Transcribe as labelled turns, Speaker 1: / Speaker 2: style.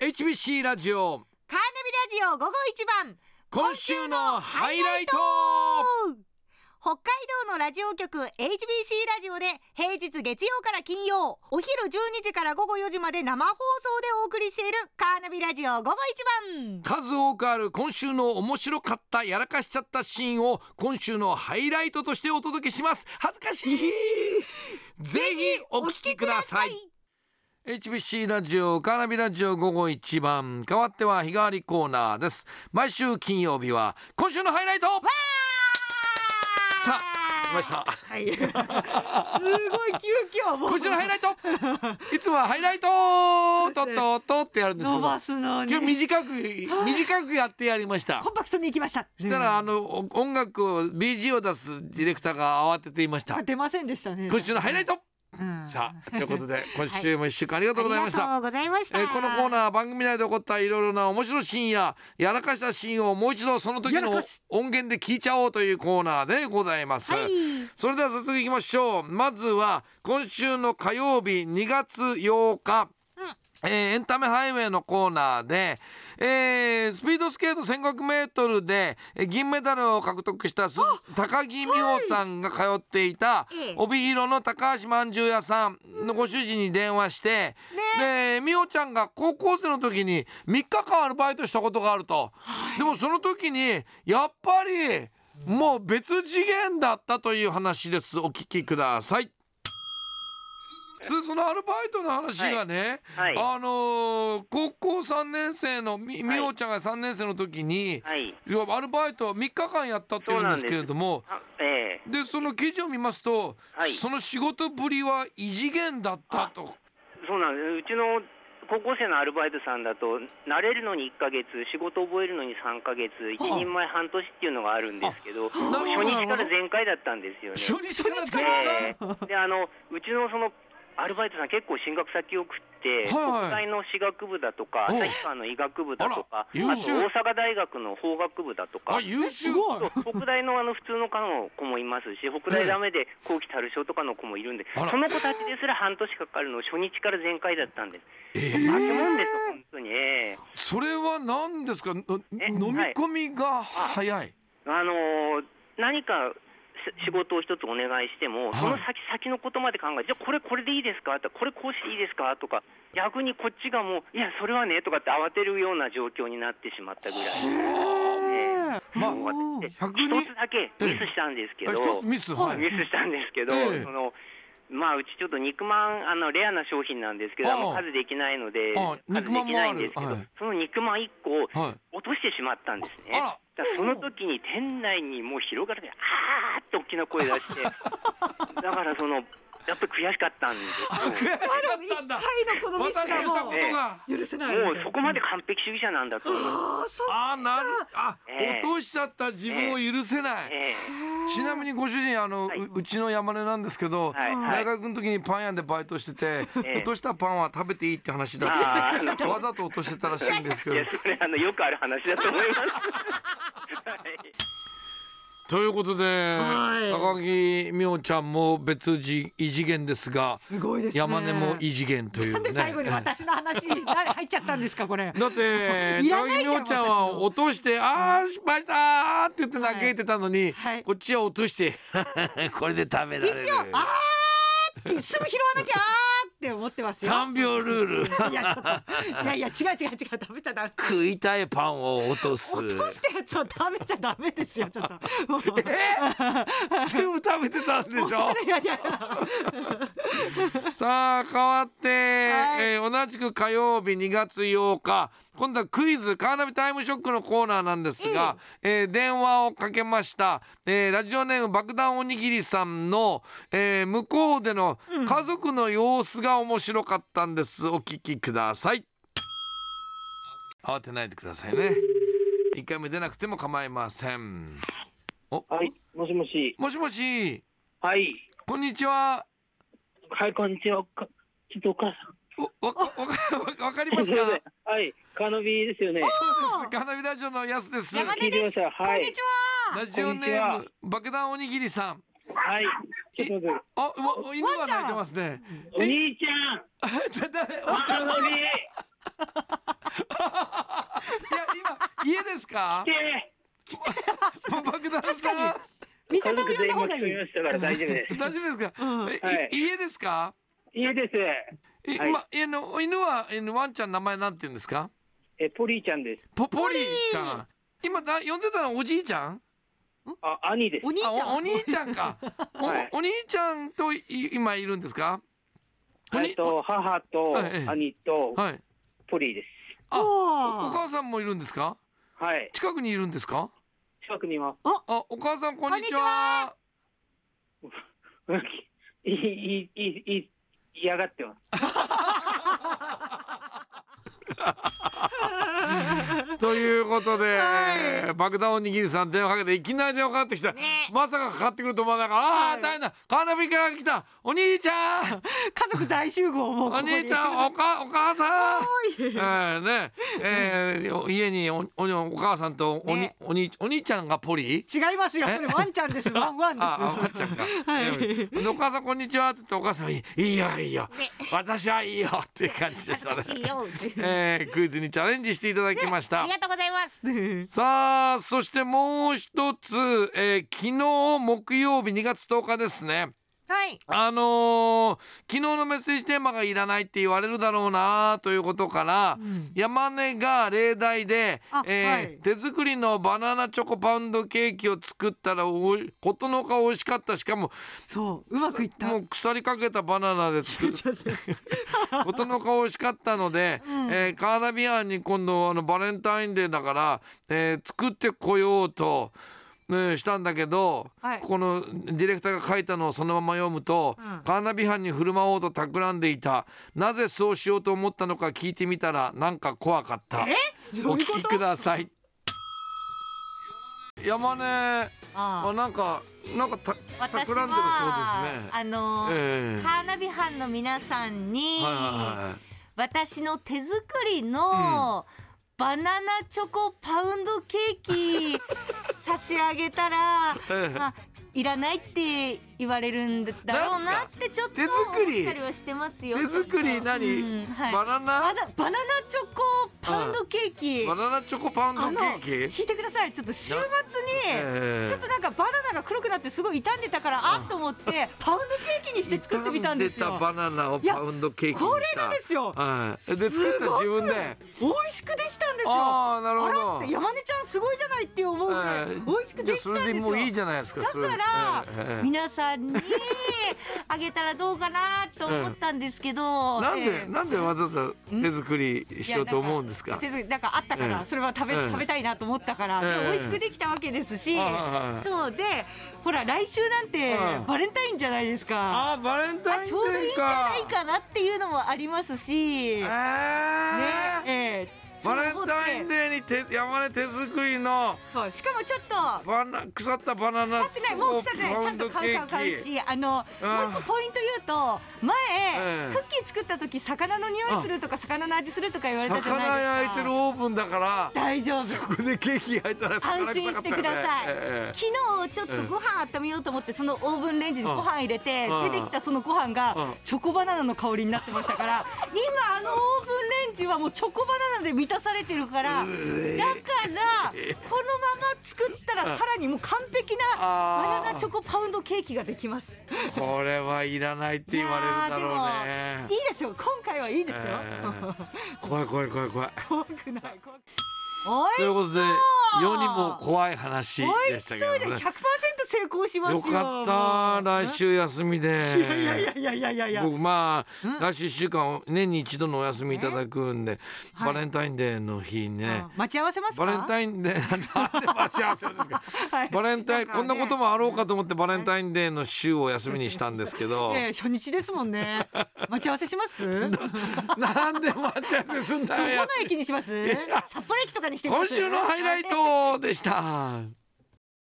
Speaker 1: HBC ラジオ
Speaker 2: カーナビラジオ午後一番
Speaker 1: 今週のハイライト
Speaker 2: 北海道のラジオ局 HBC ラジオで平日月曜から金曜お昼12時から午後4時まで生放送でお送りしているカーナビラジオ午後一番
Speaker 1: 数多くある今週の面白かったやらかしちゃったシーンを今週のハイライトとしてお届けします恥ずかしいぜひお聞きください HBC ラジオカーナビラジオ午後一番変わっては日替わりコーナーです毎週金曜日は今週のハイライトさあ来ました
Speaker 2: はいすごい急遽もう
Speaker 1: こちらハイライトいつもはハイライトとっとっとってやるんですけ
Speaker 2: 伸
Speaker 1: ど
Speaker 2: ばすのに
Speaker 1: 今日短く短くやってやりました
Speaker 2: コンパクトに行きました
Speaker 1: そしたらあのお音楽を BG を出すディレクターが慌てていました
Speaker 2: 出ませんでしたね
Speaker 1: 今週のハイライト
Speaker 2: うん
Speaker 1: さあということで今週も一週間ありがとうございました、
Speaker 2: ありがとうございました
Speaker 1: えーこのコーナーは番組内で起こったいろいろな面白いシーンややらかしたシーンをもう一度その時
Speaker 2: や
Speaker 1: の
Speaker 2: らかし
Speaker 1: 音源で聞いちゃおうというコーナーでございます、
Speaker 2: はい
Speaker 1: それでは早速いきましょうまずは今週の火曜日2月8日、えーエンタメハイウェイのコーナーで、えースピードスケート 1500m でえー銀メダルを獲得したす高木美帆さんが通っていた
Speaker 2: ええ
Speaker 1: 帯広の高橋まんじゅう屋さんのご主人に電話して、で美帆ちゃんが高校生の時に3日間アルバイトしたことがあると、でもその時にやっぱりもう別次元だったという話ですお聞きください。そそのアルバイトの話がね、
Speaker 3: はいはい
Speaker 1: あのー高校3年生のみ美穂ちゃんが3年生の時に、
Speaker 3: はい。
Speaker 1: いやアルバイト3日間やったっていうんですけれども
Speaker 3: あええ
Speaker 1: でその記事を見ますと、
Speaker 3: はい
Speaker 1: その仕事ぶりは異次元だったと
Speaker 3: そうなんです。うちの高校生のアルバイトさんだと、慣れるのに1ヶ月、仕事覚えるのに3ヶ月、一
Speaker 1: あ
Speaker 3: 人前半年っていうのがあるんですけど、初
Speaker 1: なるほど
Speaker 3: 日から全開だったんですよね。
Speaker 1: 初日から全
Speaker 3: え
Speaker 1: 然
Speaker 3: えで、あの、うちのその、アルバイトさん結構進学先を送っ
Speaker 1: はい
Speaker 3: て、
Speaker 1: はい
Speaker 3: 国体の私学部だとか、
Speaker 1: おう
Speaker 3: 旭川の医学部だと
Speaker 1: あら
Speaker 3: か、あと
Speaker 1: 優
Speaker 3: 大
Speaker 1: 秀
Speaker 3: 阪大学の法学部だとか
Speaker 1: あ、優秀
Speaker 2: すごい
Speaker 3: そう北大のあの普通の科の子もいますし、北大ダメで後期たる症とかの子もいるんで、
Speaker 1: あら
Speaker 3: その子たちですら半年かかるの、初日から全開だったんです。
Speaker 1: え
Speaker 3: 化け
Speaker 1: え
Speaker 3: 物です、本当に。ええ
Speaker 1: それは何ですかの
Speaker 3: え
Speaker 1: 飲み込みが早い、
Speaker 3: あのー何かし仕事を一つお願いしても、
Speaker 1: はい
Speaker 3: その先先のことまで考えて、じゃあこれこれでいいですかとか、これこうしていいですかとか、逆にこっちがもう、いや、それはねとかって慌てるような状況になってしまったぐらい。ええ
Speaker 1: まあ
Speaker 3: もう私
Speaker 1: 100
Speaker 3: 一つだけミスしたんですけ
Speaker 1: あ
Speaker 3: ど、
Speaker 1: 一つミスはい
Speaker 3: ミスしたんですけど、
Speaker 1: ええ
Speaker 3: そのまあ、うちちょっと肉まんあのレアな商品なんですけど、
Speaker 1: ああ
Speaker 3: あんま数できないので
Speaker 1: ああ、
Speaker 3: 数できないんで
Speaker 1: 肉
Speaker 3: すけど、
Speaker 1: まんもあるはい
Speaker 3: その肉まん1個を
Speaker 1: はい
Speaker 3: 落としてしまったんですね。
Speaker 1: あら
Speaker 3: だからその時に店内にもう広がるで、あーって大きな声出 して、だからその、やっぱり悔しかったんですよ。
Speaker 1: 悔しかったんだ
Speaker 2: 一回のこのミス
Speaker 1: 私が
Speaker 2: が
Speaker 1: した
Speaker 2: も
Speaker 1: こ
Speaker 2: う
Speaker 3: え
Speaker 1: とが
Speaker 2: 許せない
Speaker 3: もうそこまで完璧主義者なんだと思う。
Speaker 2: ああそう
Speaker 1: あーなるあ、
Speaker 3: ええ
Speaker 1: 落としちゃった自分を許せない、
Speaker 3: ええ
Speaker 1: ちなみにご主人あの、
Speaker 3: はいう
Speaker 1: うちの山根なんですけど、
Speaker 3: はいは
Speaker 1: 大
Speaker 3: い
Speaker 1: 学の時にパン屋でバイトしてて、
Speaker 3: ええ
Speaker 1: 落としたパンは食べていいって話だ
Speaker 3: あ
Speaker 1: っ
Speaker 3: ーなる
Speaker 1: て
Speaker 3: ほど
Speaker 1: わざと落としてたらしいんですけ
Speaker 3: い
Speaker 1: ど
Speaker 3: や、それあの、よくある話だと思 います。はい
Speaker 1: ということで、
Speaker 2: はい
Speaker 1: 高木美穂ちゃんも別次異次元ですが
Speaker 2: すごいですね
Speaker 1: 山根も異次元という
Speaker 2: なんで最後に
Speaker 1: ね
Speaker 2: 私の話に入っちゃったんですか こ
Speaker 1: だ
Speaker 2: れ。
Speaker 1: って高木
Speaker 2: いらない
Speaker 1: 美
Speaker 2: じゃん
Speaker 1: 穂ちゃん
Speaker 2: 私
Speaker 1: は
Speaker 2: の
Speaker 1: 落として「ああ失敗したー」って言って嘆いてたのに、
Speaker 2: はい
Speaker 1: こっちは落として 「これで食べられる
Speaker 2: 一応あーってすぐ拾わなきゃーって思ってますよ。
Speaker 1: 3秒ルール
Speaker 2: いやちょっといやいや違う違う違う食べちゃダメ。
Speaker 1: 食いたいパンを落とす」
Speaker 2: 落としたやつを食べちゃダメですよちょっと。もう
Speaker 1: 全部食べてたんでしょ
Speaker 2: いやいや
Speaker 1: さあ変わって、
Speaker 2: はい
Speaker 1: えー同じく火曜日2月8日今度はクイズカーナビタイムショックのコーナーなんですが、えー電話をかけました、えーラジオネーム爆弾おにぎりさんの、えー向こうでの家族の様子が面白かったんです、お聞きください慌てないでくださいね一回目出なくても構いません
Speaker 4: はい、もしもし。
Speaker 1: もしもし
Speaker 4: はい、
Speaker 1: こんにちは
Speaker 4: はい、こんにちは。かちょっとお母さん。
Speaker 1: おわわわわかります
Speaker 4: すい
Speaker 1: か
Speaker 4: ません はい、カーナビですよね。
Speaker 1: そうです。カナビラジオのやすです。ラ
Speaker 2: 山根
Speaker 4: 聞いてました。
Speaker 2: こ
Speaker 4: は
Speaker 2: ん
Speaker 4: い
Speaker 2: にち、は。
Speaker 1: ジオネ
Speaker 4: こ
Speaker 1: ー
Speaker 4: んに
Speaker 1: ム爆弾おにぎりさん。
Speaker 4: はい。ちょっと待って。
Speaker 1: あ、わ犬が鳴いてますね。
Speaker 4: お兄ち
Speaker 1: 誰
Speaker 4: ゃん、カーナビ。
Speaker 1: か爆弾さん
Speaker 2: 味方を呼んだ方がいい
Speaker 4: いえ家族全員巻き込みましたから大丈夫です。
Speaker 1: 大丈夫ですか、え
Speaker 4: はい
Speaker 1: い家ですか
Speaker 4: 家です。
Speaker 1: え、
Speaker 4: はい
Speaker 1: ま、えの犬はえのワンちゃんの名前なんて言うんですか
Speaker 4: え、ポリーちゃんです。
Speaker 1: ポポリーちゃん今だ呼んでたのおじいちゃん
Speaker 4: あ、兄です
Speaker 2: お。兄ちゃ
Speaker 1: あおお
Speaker 2: ん
Speaker 1: 兄ちゃんか、
Speaker 4: はい
Speaker 1: おお兄ちゃんとい今いるんですかお
Speaker 4: え
Speaker 1: に
Speaker 4: っと、母と
Speaker 1: はい
Speaker 4: 兄と
Speaker 1: はい
Speaker 4: ポリーです。
Speaker 1: あおお
Speaker 2: おー
Speaker 1: 母さんもいるんですか
Speaker 4: はい。
Speaker 1: 近くにいるんですか
Speaker 4: 近くにいます。
Speaker 1: あお母さんこんにちは
Speaker 4: いい、いい、いい、嫌がってます。
Speaker 1: ということで、
Speaker 2: は
Speaker 1: 爆弾おにぎりさん電話かけていきなり電話かかってきた、
Speaker 2: ね
Speaker 1: まさかかかってくると思わなかったああ、
Speaker 2: はい
Speaker 1: 大変だカーナビから来たお兄ちゃん
Speaker 2: 家族大集合もう
Speaker 1: お
Speaker 2: ここに
Speaker 1: 兄ちゃんおかお母さんえーねえーお家におおお母さんとおに、
Speaker 2: ね
Speaker 1: おにお兄ちゃんがポリ
Speaker 2: 違いますよそれワンちゃんですワンワンです
Speaker 1: ああ、わかっちゃうか。
Speaker 2: はい
Speaker 1: うんでお母さんこんにちはって言ってお母さんはいいいいよいいよ、私はいいよっていう感じでしたね。 えークイズにチャレンジしていただきました。
Speaker 2: とうございます
Speaker 1: さあそしてもう一つ、えー昨日木曜日2月10日ですね
Speaker 2: はい
Speaker 1: あのー昨日のメッセージテーマがいらないって言われるだろうなということから、
Speaker 2: ん
Speaker 1: 山根が例題で
Speaker 2: あ、
Speaker 1: えー
Speaker 2: はい
Speaker 1: 手作りのバナナチョコパウンドケーキを作ったらおいことのほか美味しかったしかも
Speaker 2: そううまくいった
Speaker 1: も う腐りかけたバナナで作る ことの顔美味しかったので、えーカーナビアンに今度あのバレンタインデーだから、えー作ってこようと、ねしたんだけど、
Speaker 2: はい
Speaker 1: このディレクターが書いたのをそのまま読むと、
Speaker 2: うん
Speaker 1: カーナビアンに振る舞おうと企んでいたなぜそうしようと思ったのか聞いてみたらなんか怖かった
Speaker 2: え
Speaker 1: お
Speaker 2: どう
Speaker 1: 聞
Speaker 2: いうこ
Speaker 1: き
Speaker 2: と
Speaker 1: ください山根あ
Speaker 5: あ
Speaker 1: なんかなんかた
Speaker 5: あ私
Speaker 1: 企
Speaker 5: は
Speaker 1: んでるそうですね
Speaker 5: あのー
Speaker 1: ええ
Speaker 5: カーナビ班の皆さんに、
Speaker 1: はいはいはい
Speaker 5: 私の手作りの、バナナチョコパウンドケーキ差し上げた ら、
Speaker 1: ええ
Speaker 5: まあ、いらないって言われるんだろうなってちょっと
Speaker 1: 手作り
Speaker 5: 思ったりはしてますよ
Speaker 1: 手作り何、
Speaker 5: うんはい
Speaker 1: バナナ
Speaker 5: バナバナナチョコパウンドケーキ
Speaker 1: バナナチョコパウンド
Speaker 5: あの
Speaker 1: ケーキ
Speaker 5: 聞いてくださいちょっと週末に、
Speaker 1: ええ
Speaker 5: ちょっとなんかバナナが黒くなってすごい傷んでたからあっと思ってパウンドケーキにして作ってみたんです
Speaker 1: 傷で
Speaker 5: よ
Speaker 1: たバナナをパウンドケーキにした
Speaker 5: これがですよ
Speaker 1: はい、です
Speaker 5: ご
Speaker 1: 作った自分で
Speaker 5: 美味しくできたんですよ
Speaker 1: ああなるほど
Speaker 5: あらって山根ちゃんすごいじゃないって思うぐらい
Speaker 1: ええ
Speaker 5: 美味しくできたん
Speaker 1: じゃあ
Speaker 5: ですよ
Speaker 1: それでもういいじゃないですか
Speaker 5: だ
Speaker 1: それ
Speaker 5: から、
Speaker 1: ええええ
Speaker 5: 皆さんにあげたらどうかなと思ったんですけど、
Speaker 1: なんで、
Speaker 5: ええ
Speaker 1: なんでわざわざ手作りしようと思うんですか
Speaker 5: 手作りなんかあったか
Speaker 1: ええ
Speaker 5: らそれは食べ,、
Speaker 1: ええ
Speaker 5: 食べたいなと思ったから、
Speaker 1: ええ
Speaker 5: でも美味しくできたわけですし、
Speaker 1: あはいはい
Speaker 5: そうでほら来週なんて
Speaker 1: うん
Speaker 5: バレンタインじゃないですか、
Speaker 1: あーバレンタイン
Speaker 5: あ
Speaker 1: デ
Speaker 5: ちょうどいいん
Speaker 1: ー
Speaker 5: じゃ
Speaker 1: か
Speaker 5: ないかなっていうのもありますし、
Speaker 1: え
Speaker 5: ね
Speaker 1: ー
Speaker 5: ええ
Speaker 1: バレンタイン
Speaker 5: で
Speaker 1: デーに手山根手作りの
Speaker 5: そうしかもちょっと
Speaker 1: バナ腐ったバナナ
Speaker 5: 腐ってないもう腐ってないちゃんと買う買う買うしあのもう一個ポイント言うと前、
Speaker 1: ええ
Speaker 5: クッキー作った時魚の匂いするとか魚の味するとか言われたじゃ
Speaker 1: 魚
Speaker 5: ないで
Speaker 1: 焼
Speaker 5: すか
Speaker 1: いてるオーブンだから
Speaker 5: 大丈夫
Speaker 1: そこでケーキ焼いたら
Speaker 5: 安心してください、
Speaker 1: ええ
Speaker 5: 昨日ちょっとご飯温めようと思ってそのオーブンレンジにご飯入れて
Speaker 1: うん
Speaker 5: 出てきたそのご飯
Speaker 1: うん
Speaker 5: がチョコバナナの香りになってましたから今あのオーブンレンジはもうチョコバナナで満たされてるからだからこのまま作ったらさらにもう完璧な
Speaker 1: あー
Speaker 5: バナナチョコパウンドケーキができます
Speaker 1: これはいらないって言われるだろう
Speaker 5: いや
Speaker 1: ね
Speaker 5: ーでもいいですよ今回はいいですよ、
Speaker 1: ええ怖い怖い怖い怖い
Speaker 5: 怖くない怖くない
Speaker 1: ということで世にも怖い話
Speaker 5: 美
Speaker 1: で
Speaker 5: 味
Speaker 1: し
Speaker 5: したそう
Speaker 1: けど
Speaker 5: で100%
Speaker 1: ね
Speaker 5: 成功しますよ
Speaker 1: よかった来週休みで
Speaker 5: いやいやいやいやいやいやいや
Speaker 1: 僕まあ来週1週間年に一度のお休みいただくんで
Speaker 5: はい
Speaker 1: バレンタインデーの日にね
Speaker 5: あ待ち合わせますか
Speaker 1: バレンタインデーなんで待ち合わせをですか
Speaker 5: はい
Speaker 1: バレンタイン、
Speaker 5: な
Speaker 1: こ
Speaker 5: んか
Speaker 1: ん
Speaker 5: ね
Speaker 1: なこともあろうかと思ってバレンタインデーの週をお休みにしたんですけど、
Speaker 5: ええ初日ですもんね。 待ち合わせします。どこ
Speaker 1: なんで待ち合わせすんだ
Speaker 5: の
Speaker 1: よ
Speaker 5: 駅にします。札幌駅とかにしてみま
Speaker 1: 今
Speaker 5: す。
Speaker 1: 週のハイライトでした